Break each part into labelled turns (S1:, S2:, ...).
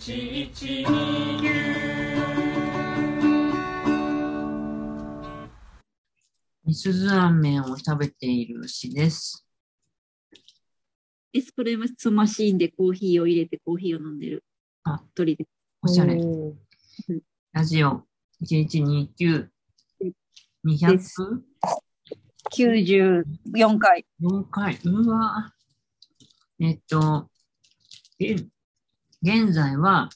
S1: 一二
S2: みすず飴を食べている牛です。
S3: エスプレッソマシーンでコーヒーを入れてコーヒーを飲んでる
S2: あ
S3: 鳥です。
S2: おしゃれ。
S4: お
S2: ラジオ1129。
S3: で
S2: 204
S4: ー94回。
S2: 回。うわぁえっと、げん現在は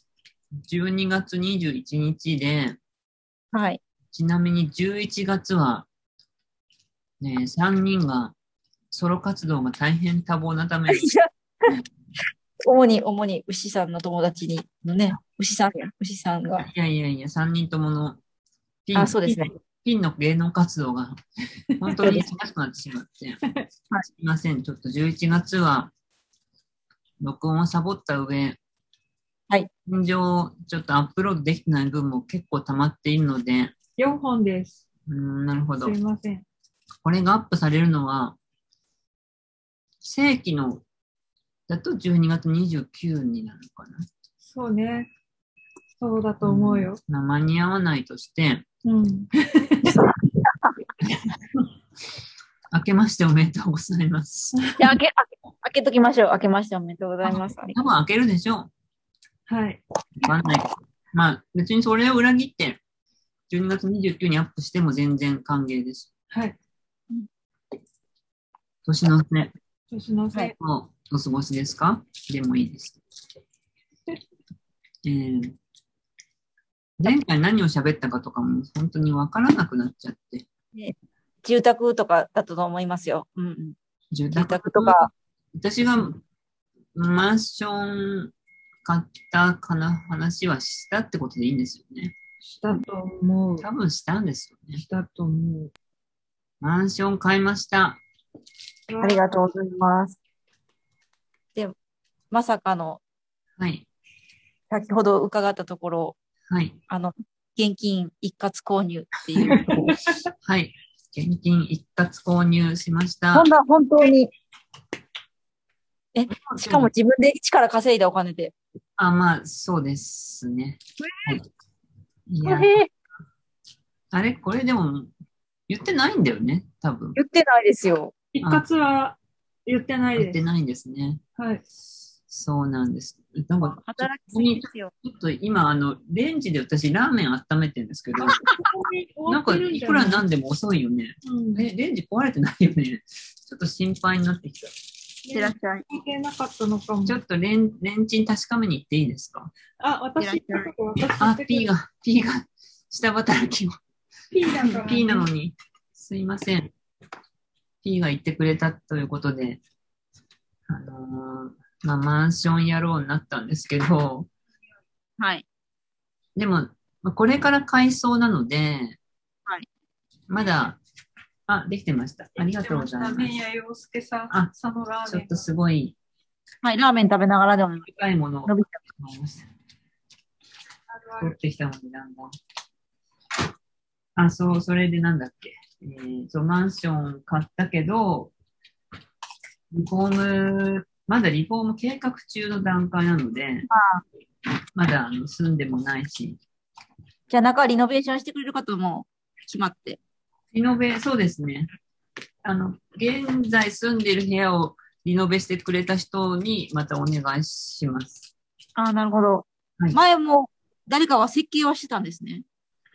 S2: 12月21日で、
S4: はい。
S2: ちなみに11月は、ね、3人がソロ活動が大変多忙なた
S4: い
S2: め、
S4: や 主に、主に牛さんの友達にのね、牛さんや、牛さんが。
S2: いやいやいや、3人とものピン
S4: あそうですね
S2: ピンの芸能活動が本当に忙しくなってしま って、すいません、ちょっと11月は録音をサボった上、
S4: はい、
S2: 現状、ちょっとアップロードできてない分も結構溜まっているので、
S1: 4本です。
S2: うーんなるほ
S1: す
S2: ど。
S1: いません。
S2: これがアップされるのは、正規のだと12月29になるのかな。
S1: そうね。そうだと思うよ。
S2: まあ間に合わないとして、
S1: うん。
S2: 明けましておめでとうございます。
S4: じゃあ、開け、開け開けときましょう。開けましておめでとうございます。
S2: 多分開けるでしょう。
S1: はい。
S2: わかんないけど。まあ、別にそれを裏切って、12月29にアップしても全然歓迎です。
S1: はい。
S2: 年の瀬
S1: 年のせい。
S2: をお過ごしですかでもいいです。 えー前回何を喋ったかとかも本当にわからなくなっちゃって、
S4: 住宅とかだったと思いますよ。うんうん。住
S2: 住宅
S4: 宅とか、
S2: 私がマンション買ったかな話はしたってことでいいんですよね。
S1: したと思う。
S2: 多分したんですよね。
S1: したと思う。
S2: マンション買いました。
S4: ありがとうございます。で、まさかの、
S2: はい。
S4: 先ほど伺ったところ、
S2: はい。
S4: あの、現金一括購入っていう。
S2: はい。現金一括購入しまし た
S4: そん。な、本当に。え、しかも自分で力稼いだお金で。
S2: あ、まあ、そうですね。はい、い
S4: へ
S2: や、
S4: え
S2: あれこれでも、言ってないんだよね、多分。
S4: 言ってないですよ。
S1: 一括は言ってない
S2: 言っ
S1: で
S2: て
S1: す。
S2: ないんですね。
S1: はい。
S2: そうなんです。なんか、
S4: 働き
S2: す
S4: す
S2: ぎ
S4: ぎ
S2: で
S4: ですよ。
S2: ちょっと今、あの、レンジで私、ラーメン温めてるんですけど、なんか、いくら
S1: な
S2: なんでも遅いよね。
S1: うん。
S2: え、レンジ壊れてないよね。 ちょっと心配になってきた。
S4: いってらっしゃい。
S1: 関係なかったのかも
S2: ち。ょっとレン、レンチン確かめに行っていいですか
S1: あ、私、
S4: いってらっしゃい
S1: ちょっと私
S2: あ、P が、P が、下働きを。
S1: ピーだから、
S2: P なのに、すいません。P が言ってくれたということで、あのーまあ、マンション野郎になったんですけど、
S4: はい。
S2: でも、まあこれから改装なので、
S4: はい
S2: まだ、あ、できてました。ありがとうございます。
S1: 麺屋洋介さん、
S2: あ
S1: 佐野ラー
S2: ちょ
S1: メ
S2: っ
S1: ン
S2: と。すごい、
S4: はい、ラーメン食べながらでも
S2: でかいものを
S4: 伸びち
S2: 思いました取ってきたのになんだ。あ、そう、それでなんだっけ。えー、そう、マンション買ったけど、リフォーム、まだリフォーム計画中の段階なので、まだあの住んでもないし、
S4: じゃあ中リノベーションしてくれる方も決まって。
S2: リノベ、そうですね。あの、現在住んでる部屋をリノベしてくれた人にまたお願いします。
S4: ああ、なるほど。
S2: はい
S4: 前も誰かは設計はしてたんですね。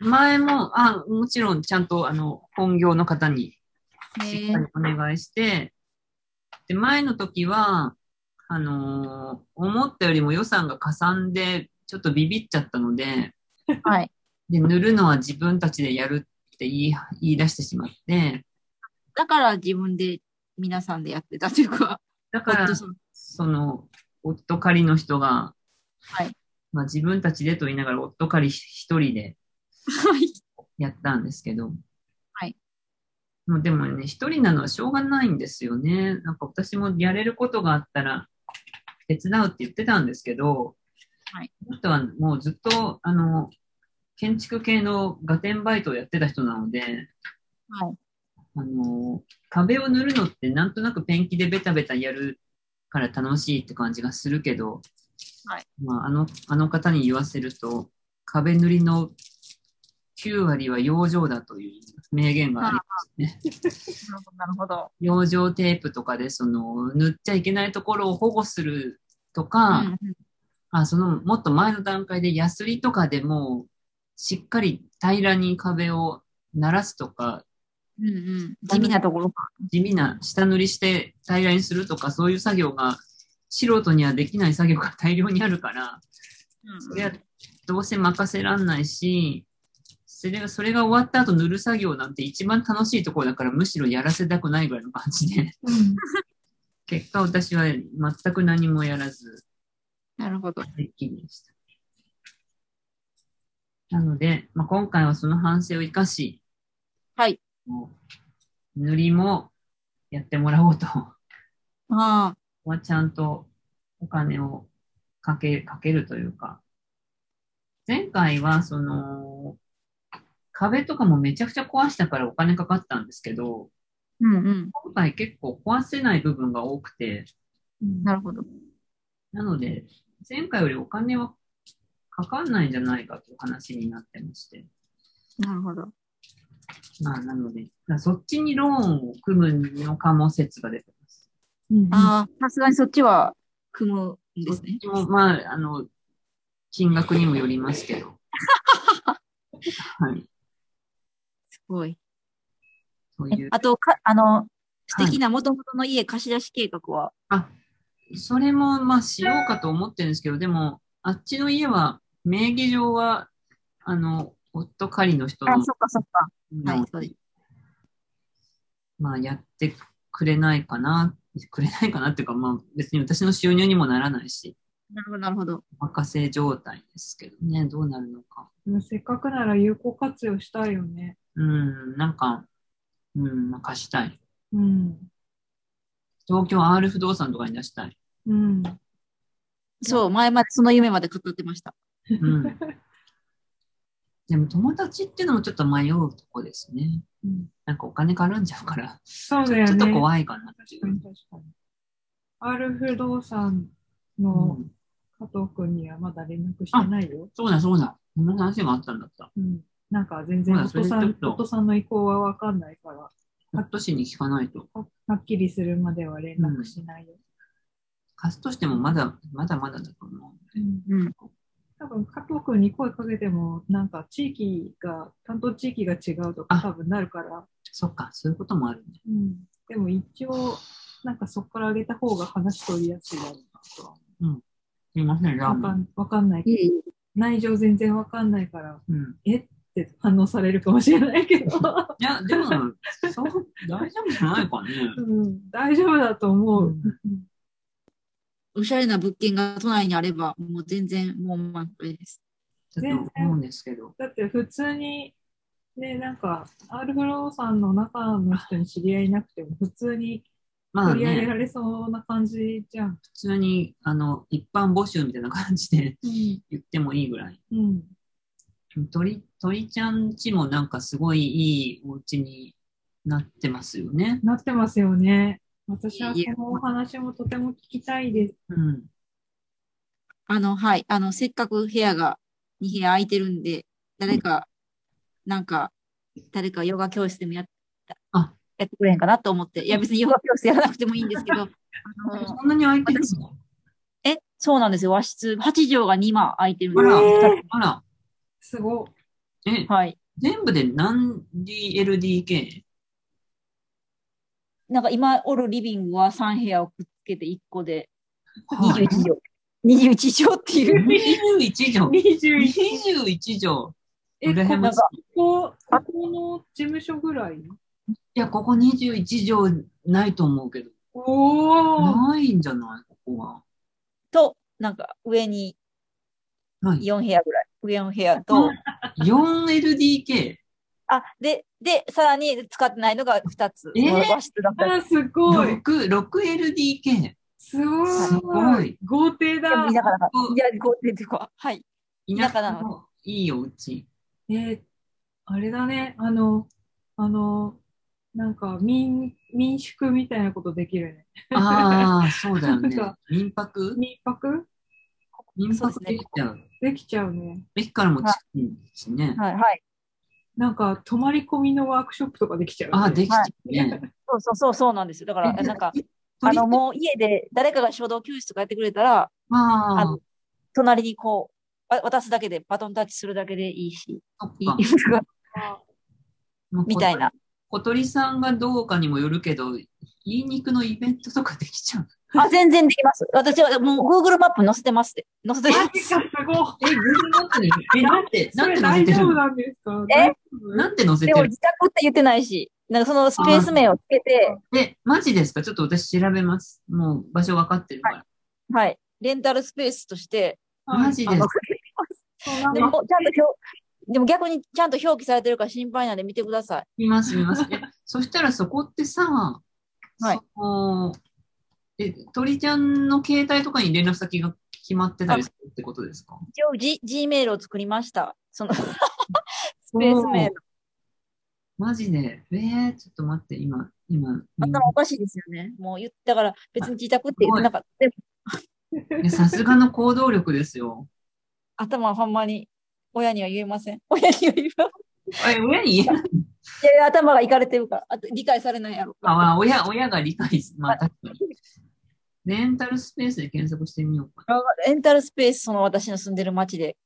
S2: 前も、あ、もちろんちゃんとあの、本業の方にしっ
S4: へ
S2: か
S4: え
S2: り。お願いして、で、前の時は、あのー思ったよりも予算がかさんで、ちょっとビビっちゃったので、
S4: はい。
S2: で、塗るのは自分たちでやるって言い言い出してしまって、
S4: だから自分で皆さんでやってたというか、
S2: だから
S4: 夫、さん
S2: その、夫借りの人が、
S4: はい
S2: まあ自分たちでと言いながら、夫借り一人で
S4: はい
S2: やったんですけど、
S4: はい。
S2: もうでもね、一人なのはしょうがないんですよね。なんか私もやれることがあったら手伝うって言ってたんですけど、
S4: はい。
S2: あとはもうずっと、あの、建築系のガテンバイトをやってた人なので、
S4: はい。
S2: あの、壁を塗るのってなんとなくペンキでベタベタやるから楽しいって感じがするけど、
S4: はい
S2: まあ、あのあの方に言わせると、壁塗りの9割は養生だという名言があり
S4: なるほど。
S2: 養生テープとかでその塗っちゃいけないところを保護するとか、
S4: うん
S2: あそのもっと前の段階でヤスリとかでもうしっかり平らに壁を鳴らすとか
S4: うんうん、地味なところか。
S2: 地味な下塗りして平らにするとかそういう作業が素人にはできない作業が大量にあるからそれはどうせ任せらんないしそれがそれが終わった後塗る作業なんて一番楽しいところだからむしろやらせたくないぐらいの感じで。
S1: うん。
S2: 結果、私は全く何もやらず、
S3: なるほど。
S2: できりでした。なので、まあ、今回はその反省を生かし、
S4: はい
S2: もう。塗りもやってもらおうと。
S4: ああ、
S2: まあ、ちゃんとお金をかけかけるというか。前回は、その、壁とかもめちゃくちゃ壊したからお金かかったんですけど、
S4: うんうん。
S2: 今回結構壊せない部分が多くて、
S4: なるほど。
S2: なので、前回よりお金はかかんないんじゃないかという話になってまして。
S4: なるほど。
S2: まあ、なので、まあそっちにローンを組むのかも説が出てます。
S4: ああ、
S1: あ
S4: さすがにそっちは組むんですね。
S2: そっちも、まあ、あの、金額にもよりますけど。はい。
S4: すごい。
S2: そういう。
S4: あと、か、あの、素敵な元々の家貸し出し計画は、
S2: それも、まあ、しようかと思ってるんですけど、でも、あっちの家は、名義上は、あの、夫狩りの人の
S4: あ、そっかそっか。はいそうで
S2: まあ、やってくれないかな、くれないかなっていうか、まあ、別に私の収入にもならないし、
S4: なるほど、なるほど。
S2: お任せ状態ですけどね、どうなるのか。
S1: でもせっかくなら有効活用したいよね。
S2: うん、なんか、うん、まあ、貸したい。
S1: うん。
S2: 東京 R 不動産とかに出したい。
S1: うん。
S4: そう、前までその夢まで語ってました。
S2: うん。でも、友達っていうのもちょっと迷うとこですね。
S1: うん
S2: なんかお金絡んじゃうから、
S1: そうだよね。
S2: ちょっと怖いかなってい
S1: 確か
S2: う
S1: に。確かに。アル不動産
S2: う
S1: の
S2: ん
S1: 加藤君にはまだ連絡してないよ。
S2: そうだ、そうだ。この話があったんだった。
S1: うん。なんか全然、
S2: まだそれ
S1: 夫さ
S2: ちょっ
S1: ん、
S2: と
S1: 夫さんの意向はわかんないから、
S2: カット氏に聞かないと。
S1: ははっきりするまでは連絡しないよ。
S2: 貸すとしてもまだ、まだまだだと思う。
S1: うん
S4: うん。
S1: 多分、加藤君に声かけても、なんか地域が、担当地域が違うと
S2: あ
S1: か多分なるから、
S2: そっか、そういうこともあるね。
S1: うん。でも一応、なんかそこから上げた方が話取りやすいだろうなとは
S2: すいません、ラー
S1: 思う。わ
S2: メン。
S1: かんわかんない。
S4: いえいえ
S1: 内情全然わかんないから、
S2: うん。
S1: えって反応されるかもしれないけど、
S2: いや、でも、そう、大丈夫じゃないかね。
S1: うん、大丈夫だと思う。
S2: うん
S1: うん
S3: おしゃれな物件が都内にあれば、もう全然、もう満開です。
S2: ちょっと思うんですけど。
S1: だって普通に、ね、なんか、アルフローさんの中の人に知り合いいなくても、普通に
S2: まあ
S1: 取り上げら
S2: ね、
S1: れそうな感じじゃん。
S2: 普通に、あの、一般募集みたいな感じで
S1: うん。
S2: 言ってもいいぐらい。
S1: うん。
S2: 鳥、鳥ちゃんちもなんかすごいいいお家になってますよね。
S1: なってますよね。私はい
S3: えいえ
S1: このお話もとても聞きたいです。
S2: うん。
S3: あの、はい。あの、せっかく部屋が2部屋空いてるんで、誰か、なんか、誰かヨガ教室でもやった、
S2: あ
S3: やってくれへんかなと思って。いや、別にヨガ教室やらなくてもいいんです けど、あの、
S2: そんなに空いてるの
S4: え、そうなんですよ。和室、8畳が2間空いてるん
S2: あ
S4: で
S2: ら
S1: えー
S2: あら、
S1: すごい。
S2: え、
S4: はい。
S2: 全部で何 DLDK?
S4: なんか今おるリビングは3部屋をくっつけて1個で、
S2: はい
S4: 21畳。21畳っていう。
S2: 21畳。
S1: 21
S2: 21畳。
S1: え、
S2: 羨ましい
S1: ここ、ここの事務所ぐらい
S2: いや、ここ21畳ないと思うけど。
S1: おー
S2: ないんじゃないここは。
S4: と、なんか上に
S2: はい。
S4: 4部屋ぐらい。上4部屋と、
S2: 4LDK?
S4: あ、で、で、さらに使ってないのが2つ。
S2: えー
S4: 和室だったり。
S1: あ、すごい。
S2: 6 6LDK?
S1: すごい。
S2: すごい
S1: 豪邸
S4: で
S1: だ
S4: も田。舎だから。いや、こう出てこいはい。
S2: 田
S4: 田
S2: 舎
S4: 舎
S2: な
S4: な
S2: のいいお家。
S1: えーあれだね。あの、あの、なんか民、民宿みたいなことできるね。
S2: ああ、そうだよね
S1: そう。
S2: 民泊
S1: 民泊
S2: 民
S4: そう
S2: 泊
S4: です
S2: で
S4: ね
S2: きちゃう。
S1: できちゃうね。
S2: 駅からも近いしね。
S4: はい、はい。
S1: なんか、泊まり込みのワークショップとかできちゃう、ね。
S2: あ、できちゃう
S1: はい
S2: ね。
S4: そうそうそう、そうなんですよ。だから、なんか、あ
S2: 鳥
S4: の、もう家で誰かが書道教室とかやってくれたら、
S2: ま
S4: あ
S2: あ
S4: の、隣にこう、わ渡すだけで、バトンタッチするだけでいいし、
S2: そっ
S4: い
S2: か
S4: い
S2: まあ
S4: みたいな。
S2: 小鳥さんがどうかにもよるけど、言いに行くのイベントとかできちゃう。
S4: あ、全然できます。私はもう Google マップ載せてますって。載せて
S1: マ
S4: ま
S1: ジか、
S4: す。
S1: すご
S2: え、Google マップに、え、なんて、
S1: い。そ
S2: なんて載せ
S1: れ大
S2: て
S1: 丈
S2: るの
S1: 夫なんですか
S4: え
S1: 大丈夫
S2: なんて載せ
S4: で
S2: て
S4: も
S2: る
S4: 自宅って言ってないし、なんかそのスペース名をつけて、
S2: え、マジですかちょっと私調べます。もう場所分かってるから。
S4: はい。レンタルスペースとして、
S1: はい
S2: マジです
S4: あの
S2: か
S1: そうなん
S4: で
S1: だ
S4: も、ちゃんと表、でも逆にちゃんと表記されてるから心配なんで見てください。
S2: 見ます、見ます。え、 そしたらそこってさ、
S4: はい
S2: そのえ、鳥ちゃんの携帯とかに連絡先が決まってたりするってことですか
S4: 一応 G、G メールを作りました。そ の、スペース名
S2: おー。マジで。えー、ちょっと待って、今、今。
S4: 頭おかしいですよね。もう言ったから、別に自宅って言ってなかった。でも
S2: いやさすがの行動力ですよ。
S4: 頭はほんまに、親には言えません。親には言えま
S2: え、親に言えない
S4: せん。いやいや、頭がいかれてるから。あと理解されないやろ。
S2: あまあ親、親が理解す、まあ確かに。レンタルスペースで検索してみようか
S4: レンタルスペース、その私の住んでる町で。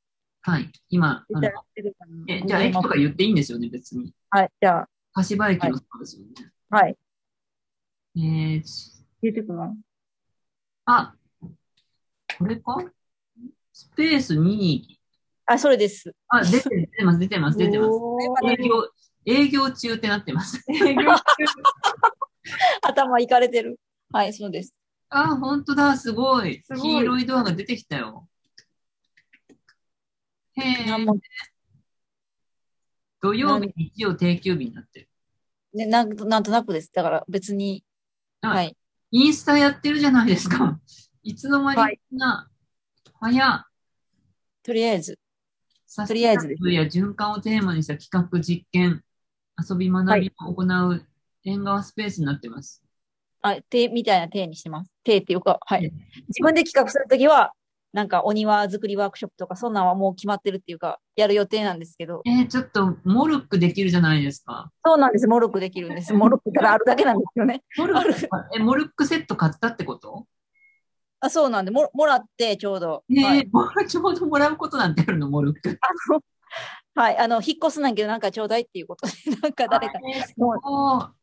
S2: な。はい。今、あの
S4: やってるかな
S2: え、じゃあ駅とか言っていいんですよね、別に。
S4: はい、じゃあ、
S2: 柏駅のそうですよね。
S4: はい。
S2: えー、ち
S4: 出てくるな。
S2: あ、これかスペース22。
S4: あ、それです。
S2: あ、出てる出てます、出てます、出てます。
S1: おー
S2: 営業、営業中ってなってます。
S1: 営業中
S4: 頭いかれてる。はい、そうです。
S2: あ、本当だ、すごい。
S1: すごい
S2: 黄色いドアが出てきたよ。へ
S4: なん
S2: え、
S4: も
S2: 土曜日、日曜、定休日になってる。
S4: ね、なんとなんとなくです。だから別に、
S2: あ
S4: はい。
S2: インスタやってるじゃないですか。 いつの間にか
S4: はい
S2: な、早っ、
S4: とりあえず。
S2: サス
S4: と
S2: テ
S4: りあえず
S2: ナブルや循環をテーマにした企画実験、遊び学びを行う縁側スペースになってます。
S4: あ、手みたいな手にしてます。手っていうか、は
S2: う
S4: い
S2: ん。
S4: 自分で企画するときは、なんかお庭作りワークショップとか、そんなんはもう決まってるっていうか、やる予定なんですけど、
S2: えー、ちょっと、モルックできるじゃないですか。
S4: そうなんです。モルックできるんです。モルックただあるだけなんですよね。
S2: モルック、え、モルックセット買ったってこと
S4: あそうなんで、ももらって、ちょうど。
S2: ねえ、
S4: はい。
S2: ちょうどもらうことなんてあるの、モルック。
S4: はい。あの、引っ越すなんやけど、なんかちょうだいっていうことで、 なんか誰か。
S2: えーそう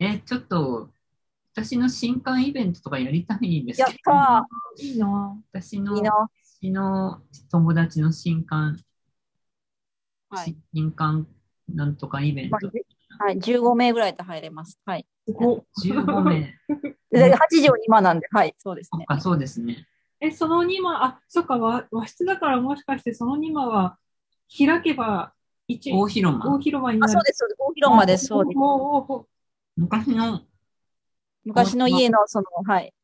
S2: え、ちょっと、私の新刊イベントとかやりたいんです
S4: やっ
S2: けど、
S4: た
S1: いいな
S2: 私
S4: ー
S2: の
S4: いい、な。
S2: 私の友達の新刊、
S4: はい。
S2: 新刊なんとかイベント
S4: まあ、はい、15名ぐらいと入れます。はい。
S1: すごっ
S2: 15名。
S4: で、8時を今なんで、はい、そうです
S2: そ
S4: ね
S2: っ。か、そうですね。
S1: え、その2枚、あ、そっか、和和室だからもしかしてその2枚は開けば一
S2: 大広
S1: 大
S2: 間。
S1: 広場に
S4: あ、
S1: な
S4: そう
S1: る。
S4: です、そうです。大広間です、
S1: お
S4: そうです。
S1: おお
S2: 昔の、
S4: 昔の家の、その、はい。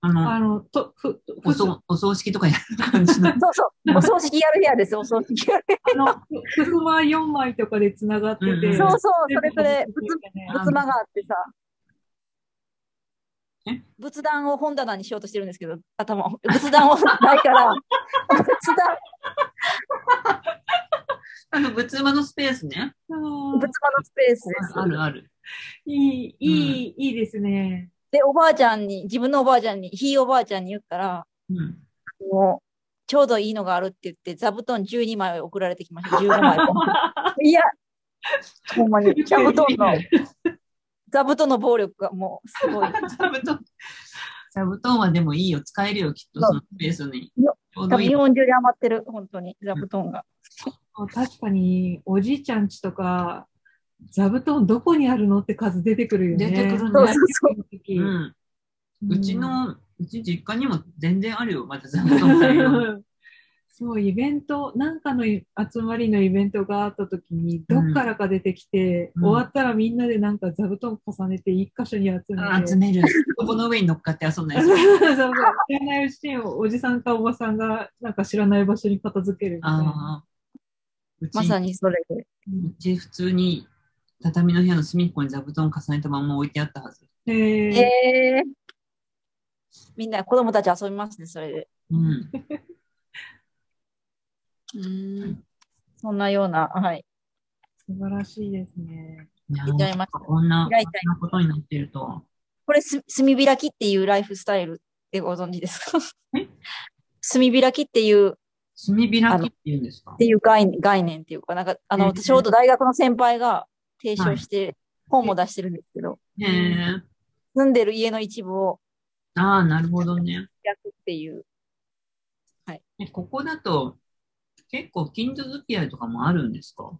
S2: あの、
S1: あの、と、ふ、ふ
S2: おそお葬式とかやる感じの。
S4: そうそう。お葬式やる部屋です、お葬式やる部
S1: あの、ふ、ふま4枚とかで繋がって
S2: うん
S1: て。
S2: うん
S4: 屋。そうそう、それぞれ仏、
S2: あ
S4: 仏間があってさ
S2: え。
S4: 仏壇を本棚にしようとしてるんですけど、頭を。仏壇をないから、仏壇、
S2: あの、仏間のスペースね。
S1: うん
S4: 仏間のスペースです。
S2: あるある。
S1: いい、いい、いいですね。
S4: で、おばあちゃんに、自分のおばあちゃんに、ひいおばあちゃんに言ったら、
S2: うん。
S4: もう、ちょうどいいのがあるって言って、座布団12枚送られてきました。15枚。 いや、ほんまに、座布団の、座布団の暴力がもうすごい。
S2: 座布団。座布団はでもいいよ。使えるよ、きっと、そのスペースに。ち
S4: よ
S2: ょう
S4: 多
S2: ど
S4: 分
S2: いい
S4: 日。本中で余ってる、本当に、座布団が。
S1: あ確かに、おじいちゃんちとか、座布団どこにあるのって数出てくるよね。
S2: 出てくる
S4: そうそ
S2: ね
S4: う。そう。
S2: う
S1: うん
S2: ん。うちの、うち実家にも全然あるよ、また座布団大量に
S1: そう、イベント、なんかの集まりのイベントがあった時に、どっからか出てきて、
S2: うん
S1: 終わったらみんなでなんか座布団重ねて、一箇所に集
S2: あ
S1: めて、
S2: 集める。ここの上に乗っかって遊んだりす
S1: そう
S2: る。
S1: そうそう知らないうちにおじさんかおばさんが、なんか知らない場所に片付けるみたいな。
S2: ああ。うち
S4: まさにそれで。
S2: うち普通に畳の部屋の隅っこに座布団重ねたまま置いてあったはず。
S1: へえ
S4: えーみんな子供たち遊びますね、それで。
S2: うん。
S3: うーん。
S4: そんなような、はい。
S1: 素晴らしいですね。
S2: いや
S4: 出ちゃいました
S2: こんな、
S4: 開い
S2: こ
S4: た
S2: んなことになってるとは。
S4: これす、炭開きっていうライフスタイルでご存知ですか
S2: え
S4: 炭開きっていう、っ
S2: 炭開きって言うんですか
S4: ていう概念概念っていうか、なんか、あ
S2: へ
S4: の、
S2: ー
S4: ちょうど大学の先輩が提
S2: は
S4: 唱
S2: い
S4: して、本も出してるんですけど、
S2: へえ。
S4: 住んでる家の一部を
S2: ああ、なるほどね。
S4: 焼くっていう、
S2: えここだと、結構近所付き合いとかもあるんですか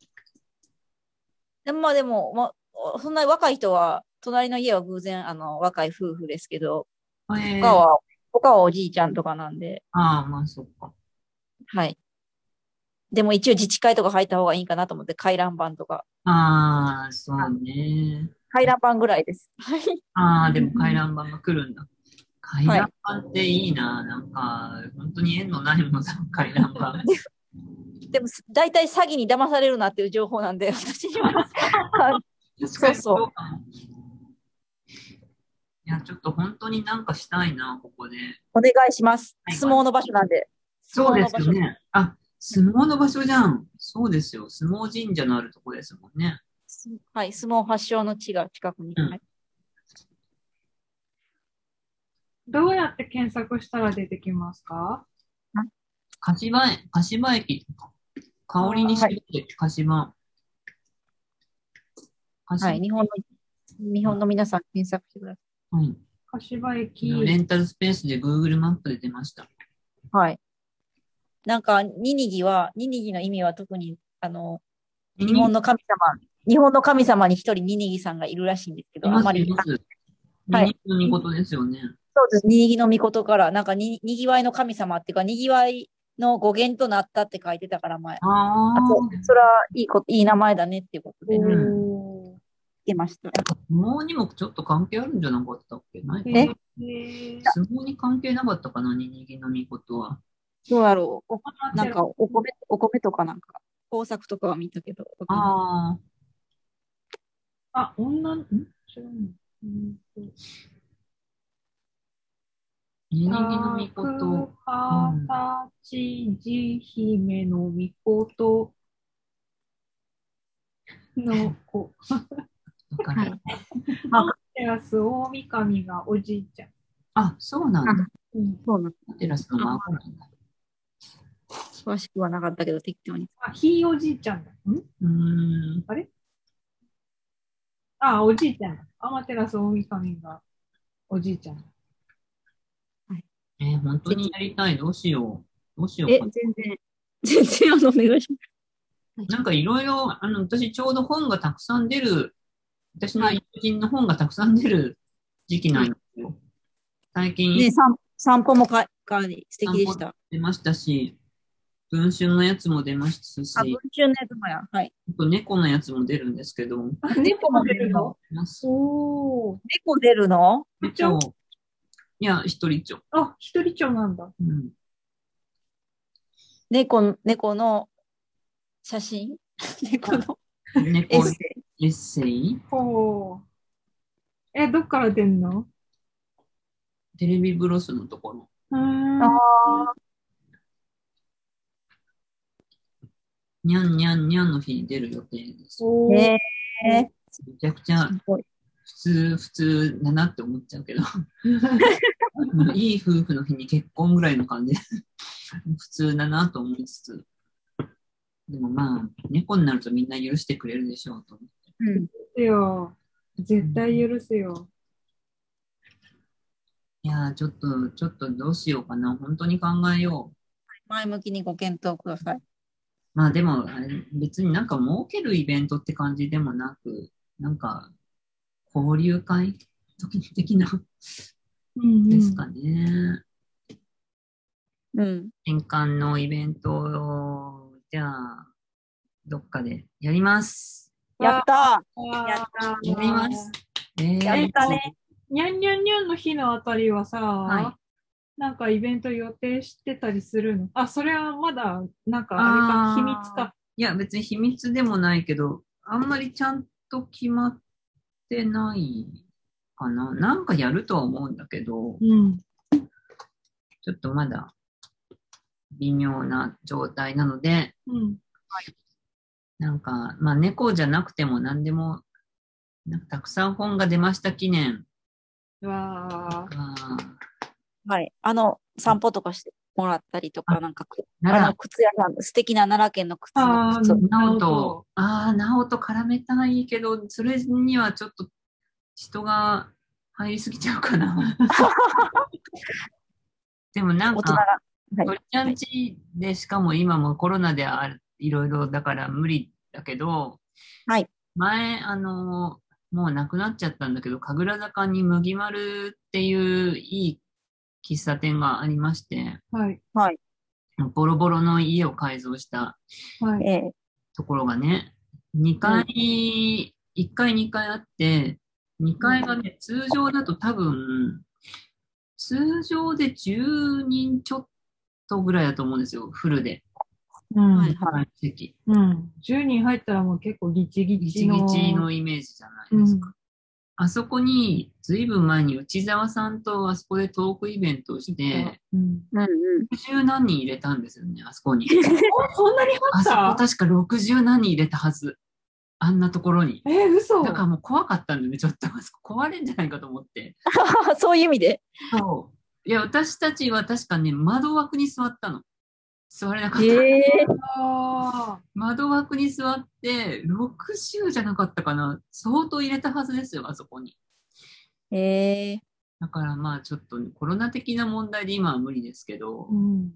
S4: でもまあでも、まあ、そんな若い人は、隣の家は偶然、あの、若い夫婦ですけど、
S2: えー、
S4: 他
S2: あ
S4: は、他はおじいちゃんとかなんで、
S2: あ、まあそっか。
S4: はい。でも一応自治会とか入った方がいいかなと思って、回覧板とか。
S2: ああ、そうね。
S4: 回覧板ぐらいです。はい。
S2: ああ、でも回覧板が来るんだ。回覧板っていいな。なんか、本当に縁のないもんさ、回覧板。
S4: でも、す大体詐欺に騙されるなっていう情報なんで、 私には。
S2: 確かに
S4: そうそう
S2: かも。いや、ちょっと本当になんかしたいな、ここで。
S4: お願いします。
S2: はい
S4: 相撲の場所なんで。
S2: そうで
S4: の
S2: すよね。あ、相撲の場所じゃん。そうですよ。相撲神社のあるとこですもんね。
S4: すはい。相撲発祥の地が近くに。
S2: うん
S4: はい
S1: どうやって検索したら出てきますか
S2: 柏え、柏駅とか。香りにしてって、柏。柏
S4: はい。日本の、日本の皆さん検索してくださ
S2: うん
S1: 柏駅。
S2: レンタルスペースで Google マップで出ました。
S4: い。はい。なんか、ニニギは、ニニギの意味は特に、あの、日本の神様、日本の神様に一人ニニギさんがいるらしいんですけど、
S2: い
S4: あ
S2: ま、
S4: ますり
S2: い、ます。
S4: はい
S2: 日本の見事ですよね。
S4: そうです。にぎのみことから、なんかに、にぎわいの神様っていうか、にぎわいの語源となったって書いてたから前。あ
S2: ああ。
S4: と、それはいいこと、いい名前だねっていうことで、
S1: お
S4: つ
S1: ー
S4: けました。
S2: 相撲にもちょっと関係あるんじゃなかったっけないか
S4: え
S2: な
S1: えー
S2: 相撲に関係なかったかな、ににぎのみことは。
S4: どうやろうおなんか、お米、お米とかなんか、工作とかは見たけど。
S2: ああ、
S1: あ、女、ん違うのうんと
S2: ににぎのみこと。
S1: はたちじ姫のみ ことの子。
S2: だから、
S1: テラス大神がおじいちゃん。
S2: あ、そうなんだ。
S1: うん
S4: そうなん
S2: テラスの孫なんだ。
S4: 詳しくはなかったけど、適当に。
S1: あ、ひいおじいちゃんだ。ん
S2: うーん。
S1: あ、おじいちゃんだ。アマテラス大神がおじいちゃん。
S2: えー本当にやりたい。どうしよう。どうしよ
S4: え、
S2: うか
S4: 全然、全然あの、お願いします。
S2: なんかいろいろ、あの、私ちょうど本がたくさん出る、私の友人の本がたくさん出る時期なんですよ。最近
S4: ね、
S2: 行っ
S4: 散散歩もか、かに素敵でした。
S2: てましたし、文春のやつも出ましたし、
S4: あ、文中のやつもや。はい。
S2: あと猫のやつも出るんですけど、
S1: あ、
S4: 猫も出るの
S2: います
S1: おー。
S4: 猫出るの
S2: 猫、いや、一人ちょ。
S1: あ、一人長なんだ。
S2: うん。
S4: 猫、猫の写真 猫のエッ
S2: 猫
S4: セイ。
S2: エッセイ
S1: ほう。え、どっから出んの
S2: テレビブロスのところ。
S1: うーん。
S4: あ
S2: にゃんにゃんにゃんの日に出る予定です。
S1: おー。
S4: ねえ
S2: めちゃくちゃ
S4: すごい。
S2: 普通、普通だなって思っちゃうけど。いい夫婦の日に結婚ぐらいの感じ。 普通だなと思いつつ。でもまあ、猫になるとみんな許してくれるでしょうと思って。
S4: うん。
S1: ですよ。絶対許すよ。
S2: いやー、ちょっと、ちょっとどうしようかな。本当に考えよう。
S4: 前向きにご検討ください。
S2: まあでも、あれ別になんか儲けるイベントって感じでもなく、なんか、交流会的な
S1: うん
S2: ですかね。
S4: うん。
S2: 転換のイベントを、じゃあ、どっかでやります。
S4: やった
S1: やった
S2: やります。えー
S4: やったね。
S1: にゃんにゃんにゃんの日のあたりはさ、
S2: は
S1: なんかイベント予定してたりするのあ、それはまだ、なんか
S2: あ
S1: あ
S2: ー
S1: れか、秘密か。
S2: いや、別に秘密でもないけど、あんまりちゃんと決まってないかな。なんかやるとは思うんだけど、
S1: うん。
S2: ちょっとまだ微妙な状態なので、
S1: うん。
S2: なんか、まあ猫じゃなくても何でも、なんかたくさん本が出ました記念
S1: うわあ、
S2: が、
S4: はい。あの、散歩とかしてもらったりとか、なんか、あ
S2: な
S4: の、靴屋さん、素敵な奈良県の靴の靴
S1: あ
S4: を
S1: ー
S2: ら、なおと、ああ、なおと絡めたいけど、それにはちょっと人が入りすぎちゃうかな。でもなん
S4: 大人
S2: か、
S4: が。はい
S2: 鳥ちゃんちでしかも今もコロナであるいろいろだから無理だけど、
S4: はい
S2: 前あのもうなくなっちゃったんだけど神楽坂に麦丸っていういい喫茶店がありまして
S1: はい、
S2: ボロボロの家を改造した
S1: は。い。
S4: ええ
S2: ところがね2階、1階2階あって2階がね通常だと多分通常で10人ちょっとぐらいだと思うんですよフルで。
S1: う
S3: はい
S1: ん。
S2: はい、席。
S1: うん。10人入ったらもう結構ギチギ
S2: ギ
S1: チ
S2: チ
S1: の。
S2: ギチのイメージじゃな
S1: う
S2: いです
S1: ん
S2: か。。あそこに、ずいぶん前に内澤さんとあそこでトークイベントをして、
S1: うん。
S4: うんうん。
S2: 60何人入れたんですよね、あそこに。
S1: おそんなに
S2: あ
S1: 入っ
S2: そこ
S1: た
S2: 確か60何人入れたはず。あんなところに。
S1: えー、嘘
S2: だからもう怖かったんでね、ちょっとあそこ壊れんじゃないかと思って。
S4: そういう意味で。
S2: そう。いや、私たちは確かね、窓枠に座ったの。座れなかった。
S4: ええ
S1: あ
S2: 窓枠に座って、60じゃなかったかな。相当入れたはずですよ、あそこに。
S4: ええ
S2: だからまあちょっとコロナ的な問題で今は無理ですけど、
S1: ーうん。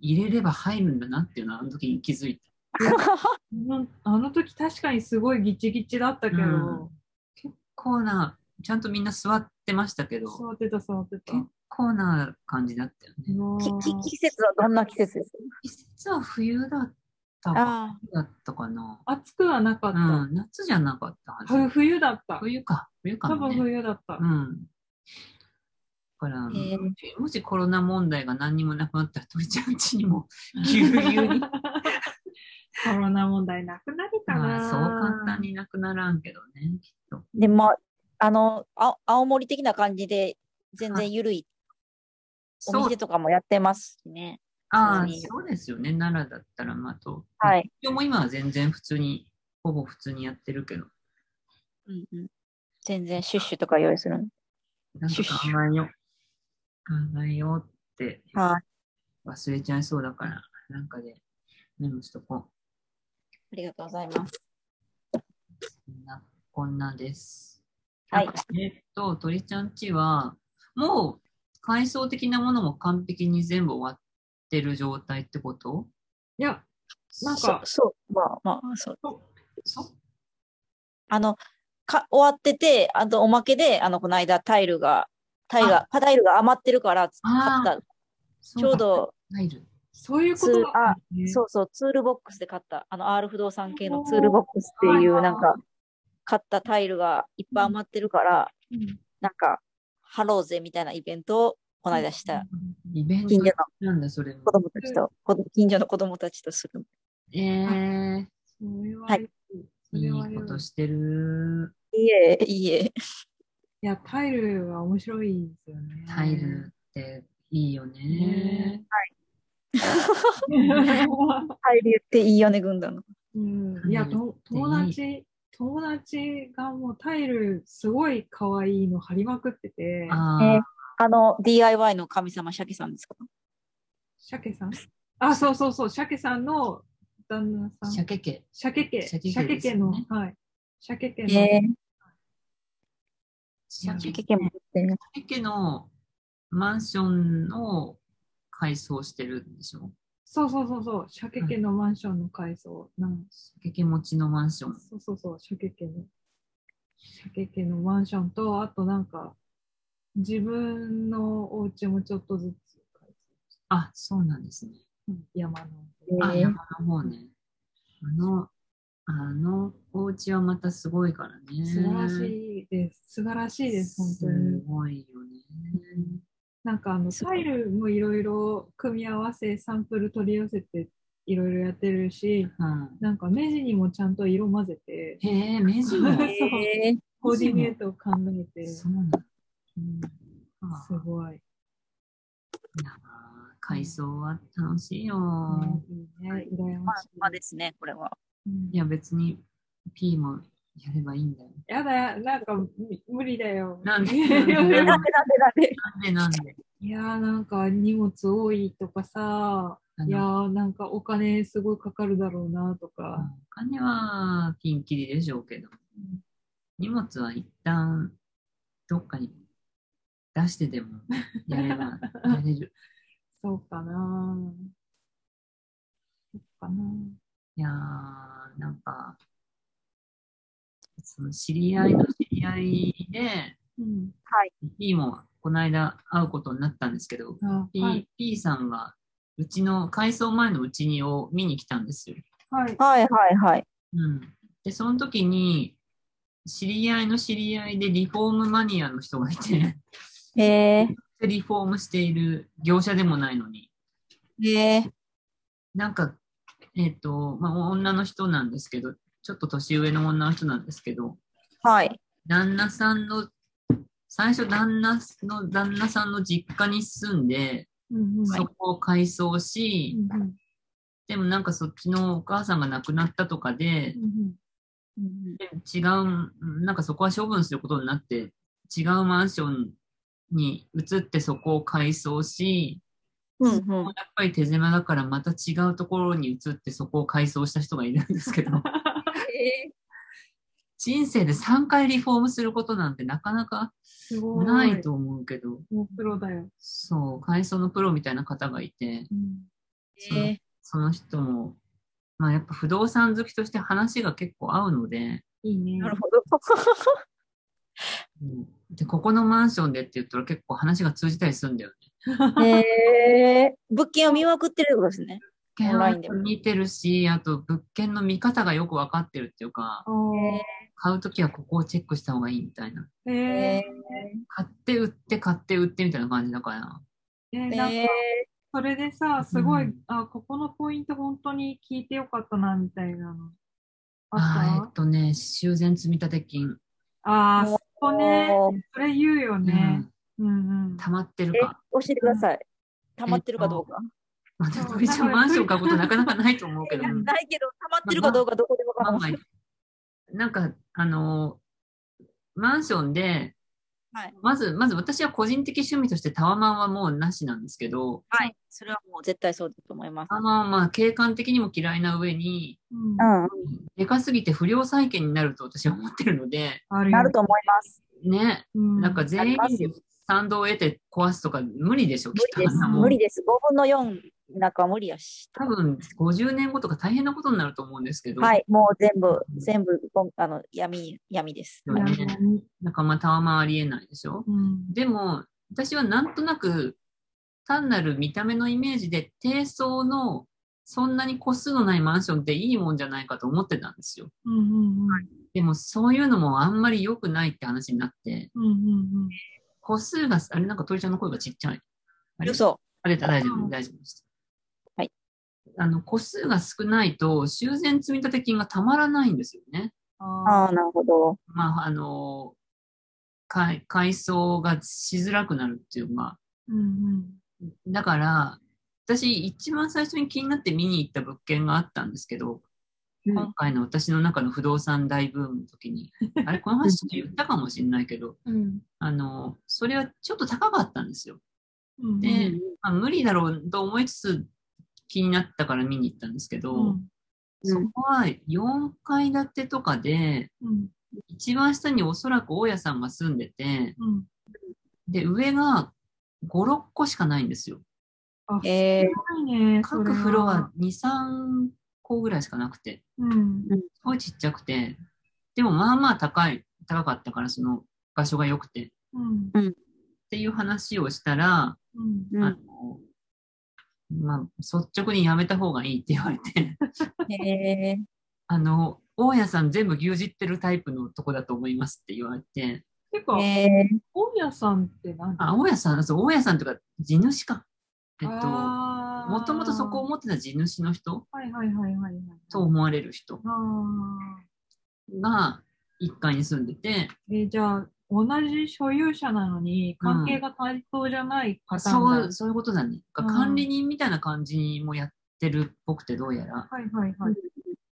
S2: 入れれば入るんだなっていうのはあの時に気づいた。
S1: なんあの時確かにすごいギチギチだったけど、
S2: 結構な、ちゃんとみんな座ってましたけど、
S1: 座ってた座ってた。
S2: 結構な感じだったよね。
S1: うわー
S4: きき季節はどんな季節です
S2: 季節は冬だったか
S3: あ
S2: だったかな。
S1: 暑くはなかっ
S2: う
S1: た。
S2: ん、夏じゃなかったはず。
S1: ふ冬だった。
S2: 冬か、冬か
S1: 多
S2: も
S1: 分
S2: ね。
S1: 冬だった
S2: う。ん。だから、も
S4: へえ
S2: しもしコロナ問題が何にもなくなったら、鳥ちゃん家にもぎゅうぎゅう に。
S1: コロナ問題なくなるか
S2: ま
S1: な。
S2: あ、そう簡単になくならんけどね、きっと。
S4: で、まあ、あの、あ青森的な感じで、全然ゆるいお
S2: そう
S4: 店とかもやってますしね。
S2: ああ
S4: 普通に
S2: そうですよね、奈良だったら、まあ、と。
S4: はい。
S2: でも今は全然普通に、ほぼ普通にやってるけど、
S3: うんうん。
S4: 全然シュッシュとか用意するの。
S2: なんか考えよう。考えようって
S4: はい。
S2: 忘れちゃいそうだから、なんかでメモしとこ
S4: ありがとうございます。
S2: う。こんな、こんなです。
S4: はい。
S2: えっと、鳥ちゃんちは、もう、階層的なものも完璧に全部終わってる状態ってこと
S1: いや、なん
S4: そ
S1: か、
S4: そう、まあまあ、そう。
S2: そ
S4: あの、か終わってて、あとおまけで、あの、この間タイルが、タイが、パタイルが余ってるから、買
S2: あー
S4: った。
S2: そ
S4: ちょうど、
S2: 入る。
S1: そういうことだったね
S4: そうそう、ツールボックスで買った。あの、R 不動産系のツールボックスっていう、なんか、買ったタイルがいっぱい余ってるから、
S1: うん
S4: なんか、貼ろうぜみたいなイベントを、この間した。
S2: イベント
S4: 近所の
S2: なんだ、それも
S4: 子。供たちと、子近所の子供たちとする。
S2: えー、
S1: それは、
S4: はい
S1: い、そ
S2: い
S1: れ
S2: い
S1: は
S2: ことしてる。
S4: いえ、いえ。
S1: いや、タイルは面白いんですよね。
S2: タイルっていいよね
S1: ね。
S4: タイルっていいよね、軍団の。
S1: うん、いや、と友達、友達がもうタイルすごい可愛いの貼りまくってて、
S2: あ
S4: あの、DIY の神様、シャケさんですか
S1: 鮭さんあ、そうそうそう、鮭さんの旦那
S2: あ、
S1: さん。
S2: 鮭家。
S1: 鮭家、
S2: 鮭家
S1: 鮭
S2: です
S1: 家
S2: よ
S1: の
S2: ね、
S1: はい。鮭家の、
S4: え
S2: 鮭
S4: ー、ケケも持ってる
S2: 家のマンションを改装してるんでしょ
S1: そうそうそうそう、鮭家のマンションの階層。なん
S2: 鮭家持ちのマンション。
S1: そうそうそう、鮭家の。鮭家のマンションと、あとなんか、自分のお家もちょっとずつ改装し
S2: あ、そうなんですね。
S1: て、うん山の。
S2: あ、
S4: えー
S2: 山の方ね。あの、あのお家はまたすごいからね。
S1: 素晴らしいです。素晴らしいです、本当に
S2: す。ごいよね。
S1: なんかあのタイルもいろいろ組み合わせサンプル取り寄せていろいろやってるし
S2: うん
S1: なんか目地にもちゃんと色混ぜて
S2: へえ、明治も。
S4: え
S1: え
S4: ー、
S1: コーディネートを考えて、
S2: そうなんだ。
S1: うん
S2: あ
S1: すご
S2: い
S1: い
S2: やー改装は楽しいよ。
S1: ね、いいね、羨
S4: ま
S1: ま
S4: あ
S1: しい。
S4: まあですね、これは。
S1: うん
S2: いや、別に P もやればいいんだよ。
S1: やだ、なんかむ無理だよ。
S2: なんで
S4: なんでなんでなんで
S2: なんでなんで。
S1: いやーなんか荷物多いとかさ、
S2: あの
S1: いやーなんかお金すごいかかるだろうなと
S2: お
S1: か。
S2: 金はピンキリでしょうけど、荷物は一旦どっかに出してでもやればやれる。
S1: そうかなそうかない
S2: やー、なんか、その知り合いの知り合いで、
S1: うん。
S2: P もこの間会うことになったんですけど、
S1: あ
S2: P,、
S1: はい。
S2: P さんがうちの改装前のうちにを見に来たんですよ。
S1: はい。
S4: はいはいはい。
S2: うん、で、その時に、知り合いの知り合いでリフォームマニアの人がいて、
S4: へえ。
S2: リフォームしている業者でもないのに、
S4: へえ。
S2: なんか、えっ、と、まあ、女の人なんですけど、ちょっと年上の女の人なんですけど、
S4: はい。
S2: 旦那さんの、最初旦那の、旦那さんの実家に住んで、
S1: うんうん。
S2: そこを改装
S1: う
S2: し、
S1: んうん
S2: でもなんかそっちのお母さんが亡くなったとかで
S1: う、ん
S2: 違う、なんかそこは処分することになって、違うマンションに移ってそこを改装し、
S4: うん
S2: やっぱり手狭だからまた違うところに移ってそこを改装した人がいるんです けど、人生で3回リフォームすることなんてなかなか
S1: すごい。
S2: ない。と思うけど、
S1: もうプロだよ。
S2: そう、改装のプロみたいな方がいて、
S1: うん。
S4: へえ。
S2: その人も、まあやっぱ不動産好きとして話が結構合うので、
S1: いいね
S4: な。るほど。
S2: で、ここのマンションでって言ったら結構話が通じたりするんだよね。
S4: へえ。物件を見まくってるってことですね。
S2: 物
S4: オンライン
S2: 件
S4: で
S2: を見てるし、あと物件の見方がよく分かってるっていうか、
S1: あー
S2: 買うときはここをチェックした方がいいみたいな。
S1: えー、
S2: 買って売って買って売ってみたいな感じだから。
S1: え
S4: え
S1: ー、なんか
S4: え。
S1: それでさ、すごい、
S2: うん
S1: あ、ここのポイント本当に聞いてよかったな、みたいなの。
S2: あー
S1: あ
S2: え
S1: っ
S2: っとね、修繕積立金、
S1: たああ、
S4: もう
S1: そこね。それ言うよね。うんうん。
S2: 溜まってる
S4: え、
S2: か。
S4: 教えてください。溜まってるかどうか。
S2: まあ、でも一応マンション買うことなかなかないと思うけど、
S4: いやないけど、溜まってるかどうかどこでもか
S2: まあ
S4: んな
S2: ま
S4: い。
S2: あ、なんか、あのーマンションで、
S4: はい
S2: まず、まず私は個人的趣味としてタワマンはもうなしなんですけど、
S4: はい。それはもう絶対そうだと思います。
S2: タワマンはまあ景観的にも嫌いな上に、
S1: うん
S4: うん。
S2: でかすぎて不良債権になると私は思ってるので、
S1: あるよ
S4: なると思います。
S2: ね、
S1: うん
S2: なんか全員賛同を得て壊すとか無理でしょ、き
S4: 無
S2: っと
S4: 理です。
S2: あんなもん
S4: 無理です。5分の4なんかは無理やし。
S2: 多分50年後とか大変なことになると思うんですけど、
S4: はい。もう全部、全部、こんあの、闇、闇です。
S2: そうねなんかまあタワマンありえないでしょ。
S1: うん。
S2: でも、私はなんとなく単なる見た目のイメージで低層のそんなに個数のないマンションっていいもんじゃないかと思ってたんですよ。
S1: うんうんうん。
S2: でもそういうのもあんまり良くないって話になって、
S1: うんうん
S2: 個数が、あれなんか鳥ちゃんの声がちっちゃい。あれ
S4: 嘘。
S2: あれ大丈
S1: う
S2: 夫、
S1: ん
S2: 大丈夫です。
S4: はい。
S2: あの、個数が少ないと、修繕積立金がたまらないんですよね。
S1: うん。あ
S4: ああ、なるほど。
S2: まあ、あの、改改装がしづらくなるっていうか、
S1: ーうん
S2: だから、私、一番最初に気になって見に行った物件があったんですけど、
S4: うん
S2: 今回の私の中の不動産大ブームの時に、あれ、この話ちょっと言ったかもしれないけど、
S1: うん。うん
S2: あの、それはちょっと高かったんですよ。
S1: うん。
S2: で
S4: うん
S2: まあ、無理だろうと思いつつ気になったから見に行ったんですけど、
S1: うん
S2: そこは4階建てとかで、
S1: うん
S2: 一番下におそらく大家さんが住んでて、
S1: うん。
S2: で、上が5、6個しかないんですよ。
S1: あ、す
S4: えー
S1: ごいね。それ
S2: 各
S1: は
S2: フロア2、3個ぐらいしかなくて、
S1: うん。
S2: すごいちっちゃくて、でもまあまあ高い、高かったから、その場所が良くて。っ
S1: うん。
S2: ていう話をしたら、
S1: うん。
S4: うん
S2: あの、まあ、率直にやめた方がいいって言われて。
S4: へえ
S2: あの、大家さん全部牛耳ってるタイプのとこだと思いますって言われて、
S1: てか、
S4: へえ
S1: 本屋さんって何
S2: あ、大家さん、そう、大家さんというか、地主か。えっと、
S1: あー
S2: もともとそこを持ってた地主の人
S1: はいはいはいはいはい。
S2: と思われる人
S1: ああ。
S2: が1階に住んでて、
S1: えーじゃあ、同じ所有者なのに関係が対等じゃないパターン
S2: そ
S1: だ、
S2: う、そういうことだね。
S1: うん
S2: 管理人みたいな感じもやってるっぽくて、どうやら。
S1: はいはいはい。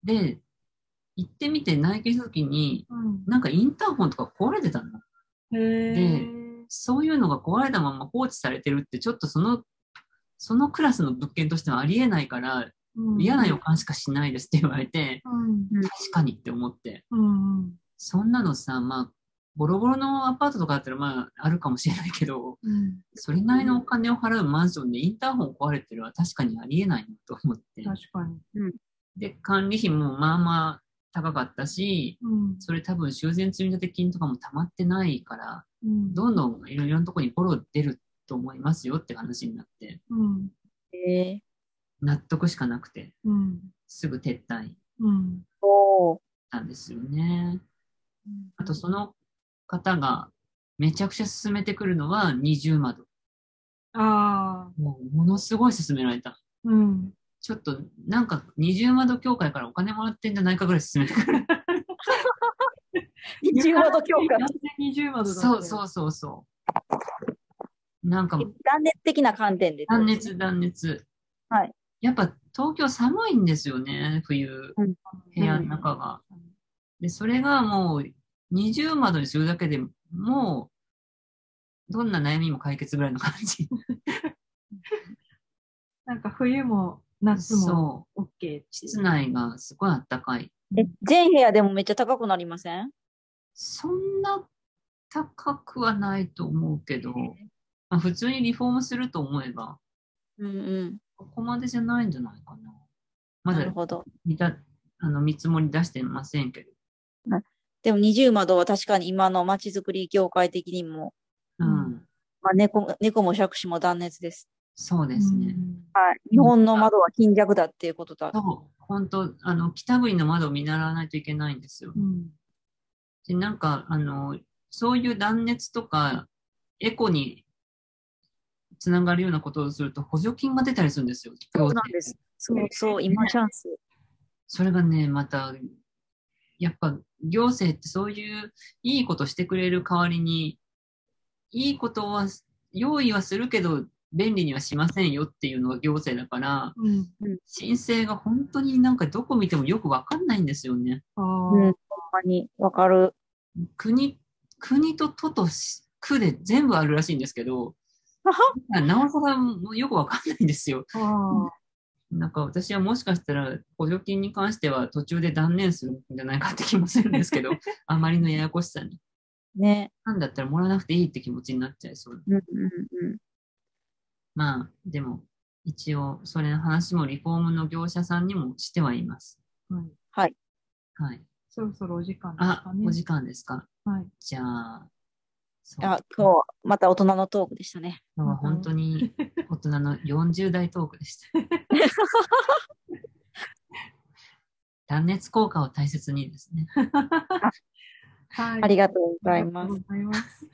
S2: で、行ってみて内見した時に、
S1: うん
S2: なんかインターホンとか壊れてたの。
S1: へ
S2: で
S1: ー
S2: そういうのが壊れたまま放置されてるって、ちょっとその、そのクラスの物件としてはありえないから、
S1: うん
S2: 嫌な予感しかしないですって言われて、
S1: うん
S2: 確かにって思って。
S1: うんうん
S2: そんなのさ、まあ、ボロボロのアパートとかだったら、まあ、あるかもしれないけど、
S1: うん
S2: それなりのお金を払うマンションでインターホン壊れてるは確かにありえないなと思って。
S1: 確かに。
S2: で、管理費もまあまあ高かったし、
S1: うん
S2: それ多分修繕積立金とかも溜まってないから、
S1: うん
S2: どんどんいろいろなとこにボロ出ると思いますよって話になって、
S1: うん
S4: えー、
S2: 納得しかなくて、
S1: うん
S2: すぐ撤退
S1: うん
S4: おー
S2: なんですよね。あとその方がめちゃくちゃ勧めてくるのは二重窓。
S1: ああ、
S2: もうものすごい勧められた。
S1: うん。
S2: ちょっとなんか二重窓協会からお金もらってんじゃないかぐらい勧めてくる。
S4: 一応と強化。
S1: 20窓だった
S2: そ
S1: よ
S2: うそうそうそう。なん か
S4: 断熱的な観点で。
S2: 断。熱断熱。
S4: はい。
S2: やっぱ東京寒いんですよね、冬、部屋の中が。で、それがもう二重窓にするだけでもう、どんな悩みも解決ぐらいの感 じ。
S1: なんか冬も夏も
S2: そう。
S1: OK っていう。
S2: 室内がすごいあったかい。
S4: え、全部屋でもめっちゃ高くなりません
S2: そんな高くはないと思うけど、まあ、普通にリフォームすると思えば、
S4: うんうん。
S2: ここまでじゃないんじゃないかな。ま
S4: なる
S2: だ
S4: ほど。
S2: 見た、あの、見積もり出してませんけど。
S4: でも二重窓は確かに今のまちづくり業界的にも、
S2: うん。
S1: うん
S4: まあ、猫猫も杓子も断熱です。
S2: そう
S1: う
S2: ですね。
S1: ん
S4: はい。日本の窓は貧弱だっていうことだ。
S2: そう。本当あの、北国の窓を見習わないといけないんですよ
S1: う。ん。
S2: で、なんか、あの、そういう断熱とか、エコにつながるようなことをすると補助金が出たりするんですよ。
S4: そうなんです。そうそう、今チャンス。
S2: それがね、また、やっぱ行政ってそういういいことしてくれる代わりに、いいことは、用意はするけど、便利にはしませんよっていうのが行政だから、
S1: うん。
S2: 申請が本当になんかどこ見てもよくわかんないんですよね。
S1: あ
S4: うん、ほ
S1: あ
S4: ん、まにわかる。
S2: 国、国と都と市区で全部あるらしいんですけど
S4: あは、
S2: なおさらもうよくわかんないんですよ。
S1: ああ、
S2: なんか私はもしかしたら補助金に関しては途中で断念するんじゃないかって気もするんですけ ど、あまりのややこしさに。
S4: ね。
S2: なんだったらもらわなくていいって気持ちになっちゃいそう。
S4: うんうんうん。
S2: まあ、でも、一応、それの話もリフォームの業者さんにもしてはいます。
S1: はい。
S2: はい。
S1: そろそろお時間です
S2: あ
S1: か、ね。
S2: お時間ですか。
S1: はい。
S2: じゃあ、そう
S4: あ、今日はまた大人のトークでしたね。
S2: 今日は本当に大人の40代トークでした。 断熱効果を大切にですね。
S1: はい。
S4: ありがとうござい
S1: あ
S4: ます
S1: りがとう。ございます。